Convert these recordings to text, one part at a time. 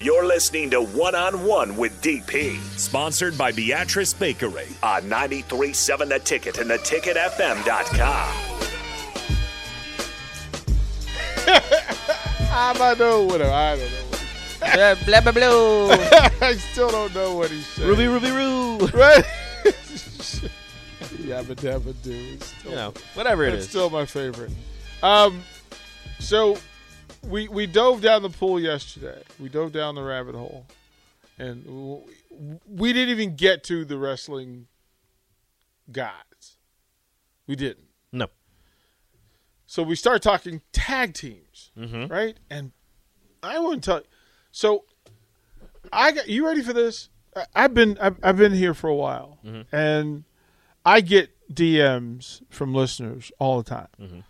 You're listening to One on One with DP, sponsored by Beatrice Bakery on 937 The Ticket and theticketfm.com. I might know what I don't know. blah blah blah. blah. I still don't know what he said. Ruby Ruby Roo. Right? Yabba dabba do. It's still, You know, whatever it it's is. still my favorite. Um, so we we dove down the pool yesterday. We dove down the rabbit hole, and w- we didn't even get to the wrestling gods. We didn't. No. So we start talking tag teams, right? And I want to tell. So I got you ready for this? I, I've been I've, I've been here for a while, and I get DMs from listeners all the time.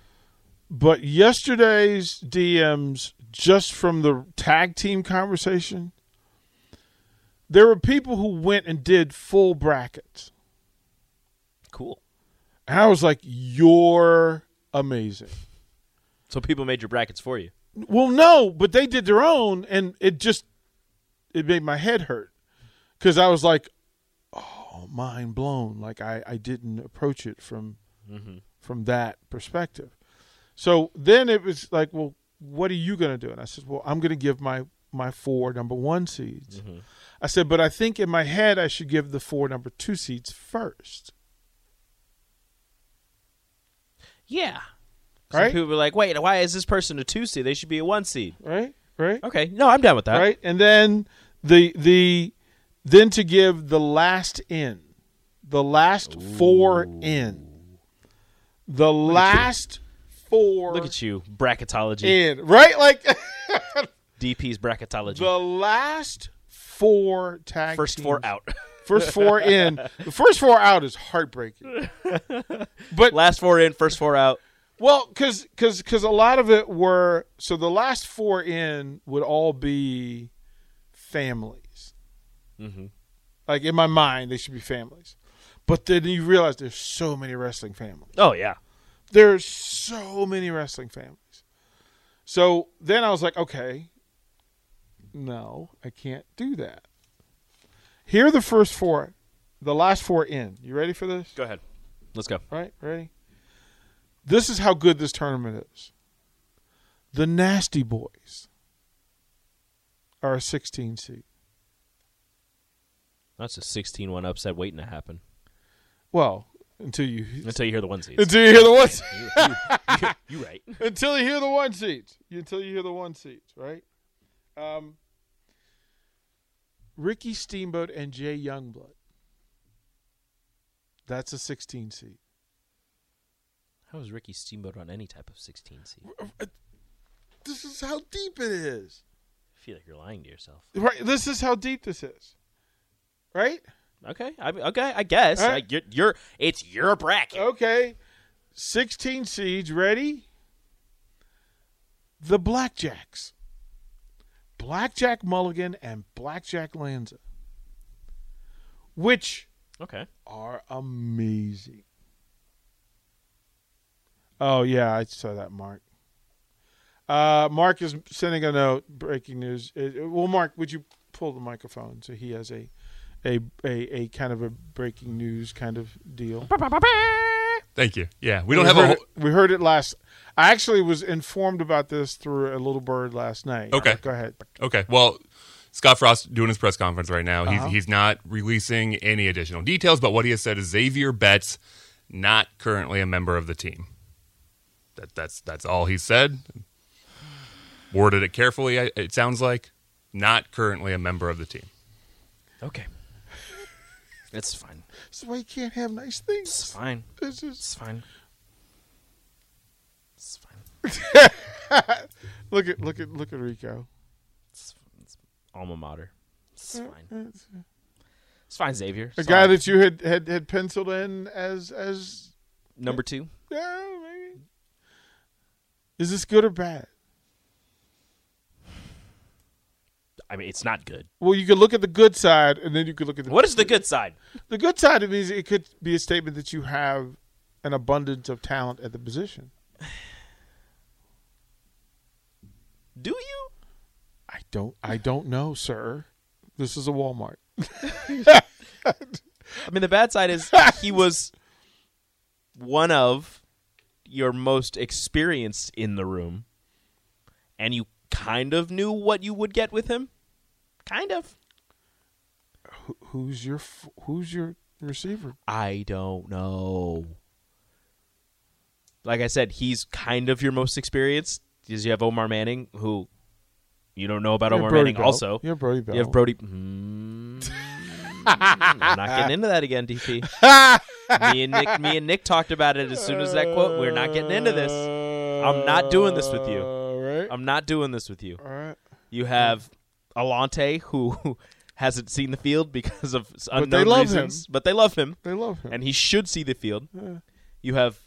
But yesterday's DMs, just from the tag team conversation, there were people who went and did full brackets. Cool. And I was like, "You're amazing." So people made your brackets for you. Well, no, but they did their own, and it just it made my head hurt because I was like, "Oh, mind blown!" Like I I didn't approach it from from that perspective. So then it was like, "Well, what are you going to do?" And I said, "Well, I'm going to give my my four number one seeds." I said, "But I think in my head I should give the four number two seeds first. Yeah. Some Right? people were like, wait, why is this person a two seed? They should be a one seed. Right? Right? Okay. No, I'm down with that. right? And then the the then to give the last in, the last four in, the last four Look at you, bracketology. in, right? Like DP's bracketology. the last four tag First four teams- out. first four in. The first four out is heartbreaking, but Last four in, first four out. Well, because because because a lot of it were so the last four in would all be families. Like in my mind, they should be families, but then you realize there's so many wrestling families. Oh yeah. There's so many wrestling families. So then I was like, okay, no, I can't do that. Here are the first four, the last four in. You ready for this? Go ahead. Let's go. Right? Ready? This is how good this tournament is. The Nasty Boys are a 16 seed. That's a 16-1 upset waiting to happen. Well, until you Until you hear the one seeds. until you hear the one seed. you right. until you hear the one seeds. Until you hear the one seeds, right? Um, Ricky Steamboat and Jay Youngblood. That's a 16 seed. How is Ricky Steamboat on any type of 16 seed? I This is how deep it is. feel like you're lying to yourself. Right? This is how deep this is. Right? Okay. I mean, okay, I guess. All Like right. Oh. you're, you're it's your bracket. Okay. 16 seeds. Ready? The Blackjacks. Blackjack Mulligan and Blackjack Lanza. Which Okay. are amazing. Oh, yeah. I saw that, Mark. Uh, Mark is sending a note. Breaking news. Uh, Well, Mark, would you pull the microphone so he has a, a, a, a kind of a breaking news kind of deal? Thank you. Yeah, we don't we have a heard whole, it, we heard it last. I actually was informed about this through a little bird last night. Okay. go ahead. okay. Well, Scott Frost doing his press conference right now. He's he's not releasing any additional details, but what he has said is Xavier Betts not currently a member of the team. That that's that's all he said. Worded it carefully. I- It sounds like not currently a member of the team. Okay. It's fine. That's why you can't have nice It's things. fine. This is It's fine. It's fine. look at look at look at Rico. It's, it's alma mater. It's Mm-hmm. fine. It's fine, Xavier. A It's guy all right. that you had had, had penciled in as as number two. yeah, maybe. Is this good or bad? I mean, it's not good. Well, you could look at the good side, and then you could look at the What is the good side? the good side. It means it could be a statement that you have an abundance of talent at the position. Do you? I don't I don't know, sir. This is a Walmart. I mean, the bad side is he was one of your most experienced in the room, and you kind of knew what you would get with him. Kind of. Who- Who's your f- who's your receiver? I don't know. Like I said, he's kind of your most experienced because you have Omar Manning, who you don't know about You have Omar Brody Manning. Bell. Also, You have Brody Bell. You have Brody. Mm, I'm not getting into that again, DP. me and Nick, me and Nick talked about it as soon as that quote. We're not getting into this. I'm not doing this with you. All right. I'm not doing this with you. All right. You have Alante, who hasn't seen the field because of s- unknown they love reasons, him. but they love him, They love him. and he should see the field. You have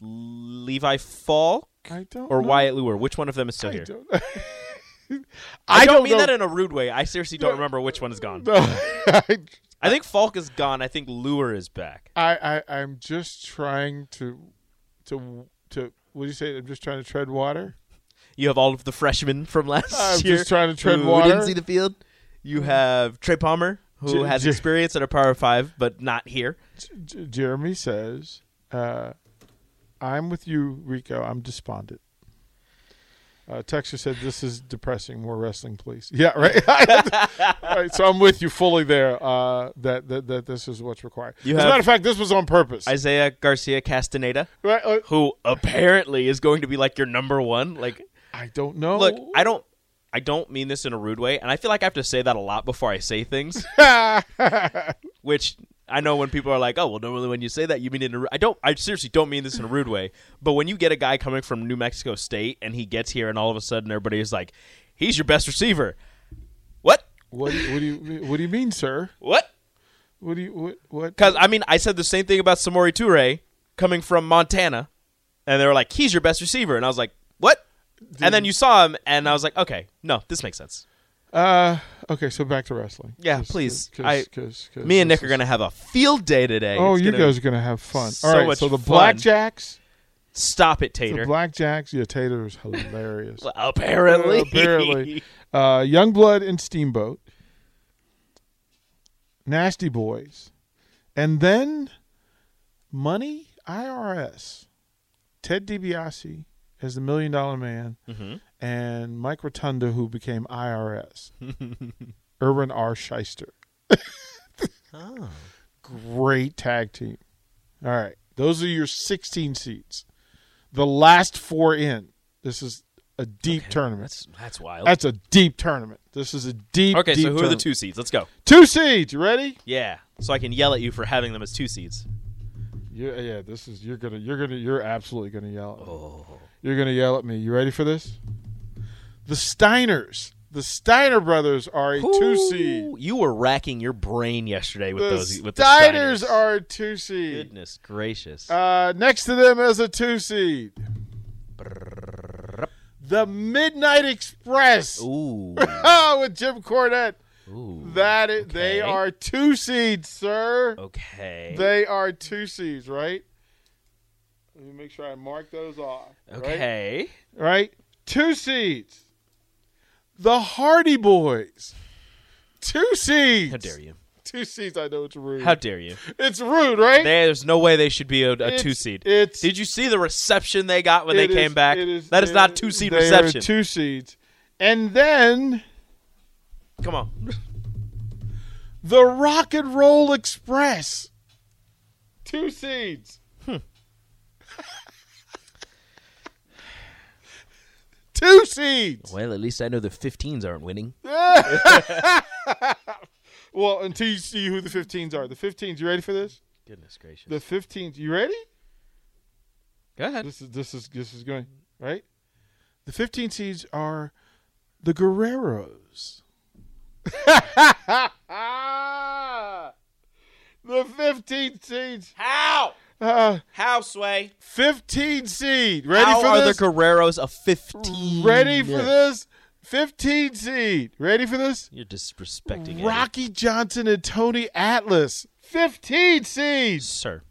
Levi Falk I don't or know. Wyatt Lure. Which one of them is still I here? don't, I don't don't mean know. that in a rude way. I seriously don't remember which one is gone. I, I think Falk is gone. I think Lure is back. I, I I'm just trying to to to what do you say? I'm just trying to tread water. You have all of the freshmen from last I'm year. just trying to tread who water. Mm. Didn't see the field. You have Trey Palmer, who J- has J- experience at a Power Five, but not here. J- Jeremy says, uh, "I'm with you, Rico. I'm despondent." Uh, Texas said, "This is depressing. More wrestling, please." Yeah, right. All right, so I'm with you fully there. Uh, that, that that this is what's required. You As a have- matter of fact, this was on purpose. Isaiah Garcia Castaneda, Right, uh, who apparently is going to be like your number one. Like, I don't know. look, I don't, I don't mean this in a rude way, and I feel like I have to say that a lot before I say things. which I know when people are like, "Oh, well, normally when you say that, you mean it." In a ru-" I don't. I seriously don't mean this in a rude way, but when you get a guy coming from New Mexico State and he gets here, and all of a sudden everybody is like, "He's your best receiver." What? What do you, what do you what do you mean, sir? What? What do you what what? Because I mean, I said the same thing about Samori Toure coming from Montana, and they were like, "He's your best receiver," and I was like, "What?" and then you saw him, and I was like, "Okay, no, this makes sense." Uh, okay, so back to wrestling. Yeah, Just- please. Cause, I- 'cause- 'cause Me and this Nick are is- gonna have a field day today. Oh, It's you gonna- guys are gonna have fun. so All right, much so the fun. blackjacks, stop it, the Tater. blackjacks. Yeah, Tater is hilarious. apparently, Apparently, uh, Youngblood and Steamboat, Nasty Boys, and then Money IRS, Ted DiBiase as the Million Dollar Man, and Mike Rotunda who became IRS, Irwin R. Shyster. Oh. Great tag team. All right, those are your 16 seats. The last four in. This is a deep tournament. That's that's wild. That's a deep tournament. This is a deep. okay, deep so who are the tournament. two seeds? Let's go. Two seeds. You ready? Yeah, so I can yell at you for having them as two seeds. Yeah, yeah. This is you're gonna you're gonna you're absolutely gonna yell. At me. Oh. You're gonna yell at me. You ready for this? The Steiners. The Steiner brothers are a two seed. Ooh, You were racking your brain yesterday with The those. e, With Steiners the Steiners are a two seed. Goodness gracious! Uh, next to them is a two seed. The Midnight Express. Oh, Ooh, with Jim Cornette. ooh. That is, they Okay. are two seeds, sir. Okay. They are two C's, right? Let me make sure I mark those off. Right? okay. Right? Two seeds. The Hardy Boys. Two seeds. How dare you? Two seeds. I know it's rude. How dare you? it's rude, right? There's no way they should be a, a It's- two seed. It's Did you see the reception they got when they it is- came back? it is- that is it- not two seed they are reception. Two seeds. And then Come on. the Rock and Roll Express. Two seeds. Hmm. two seeds. Well, at least I know the 15s aren't winning. Well, until you see who the 15s are. The 15s, you ready for this? Goodness gracious. The 15s, you ready? Go ahead. This is this is this is going right. The 15 seeds are the Guerreros. the 15 seeds. How? Uh, How, Sway? 15 seed. Ready How for are this? the Guerreros a 15? ready for this? 15 seed. Ready for this? You're disrespecting Eddie. Rocky Johnson and Tony Atlas. 15 seeds. Sir.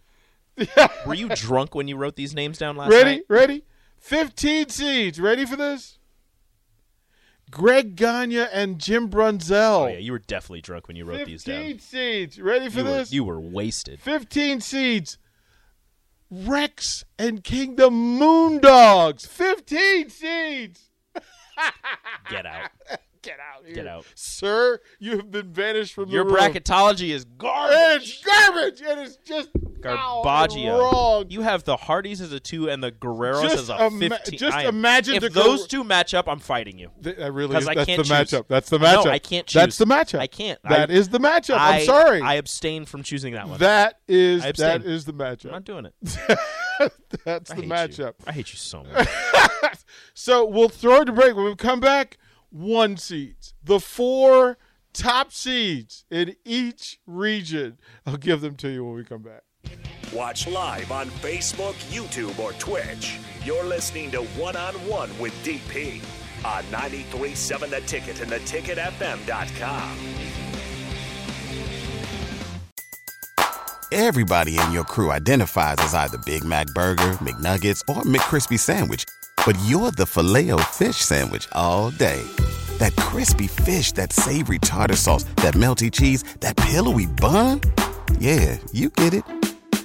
Were you drunk when you wrote these names down last Ready? night? Ready? 15 seeds. Ready for this? Greg Gagne and Jim Brunzell. Oh yeah, you were definitely drunk when you wrote these down. Fifteen seeds. Ready for You were, this? you were wasted. Fifteen seeds. Rex and Kingdom Moondogs. Fifteen seeds. Get out. Get out here. Get out. Sir, you have been banished from Your the room. bracketology is It's garbage. garbage. It is just foul and Garbaggio. Wrong. You have the Hardys as a two and the Guerreros Just as a ima- fifteen. just I am- imagine if the Guer- those two match up, I'm fighting you. Th- that really 'Cause is. I That's can't the choose. matchup. That's the No, matchup. I can't That's the choose. matchup. I can't. That I- is the matchup. I- am sorry. I abstain from choosing that one. that is I abstain. that is the I'm matchup. not doing it. That's I the hate matchup. You. I hate you so much. So we'll throw it to break. When we come back, one seeds. The four top seeds in each region. I'll give them to you when we come back. Watch live on Facebook, YouTube, or Twitch. You're listening to One on One with DP on 937 The Ticket and theticketfm.com. Everybody in your crew identifies as either Big Mac Burger, McNuggets, or McCrispy Sandwich. But you're the filet fish Sandwich all day. That crispy fish, that savory tartar sauce, that melty cheese, that pillowy bun. Yeah, you get it.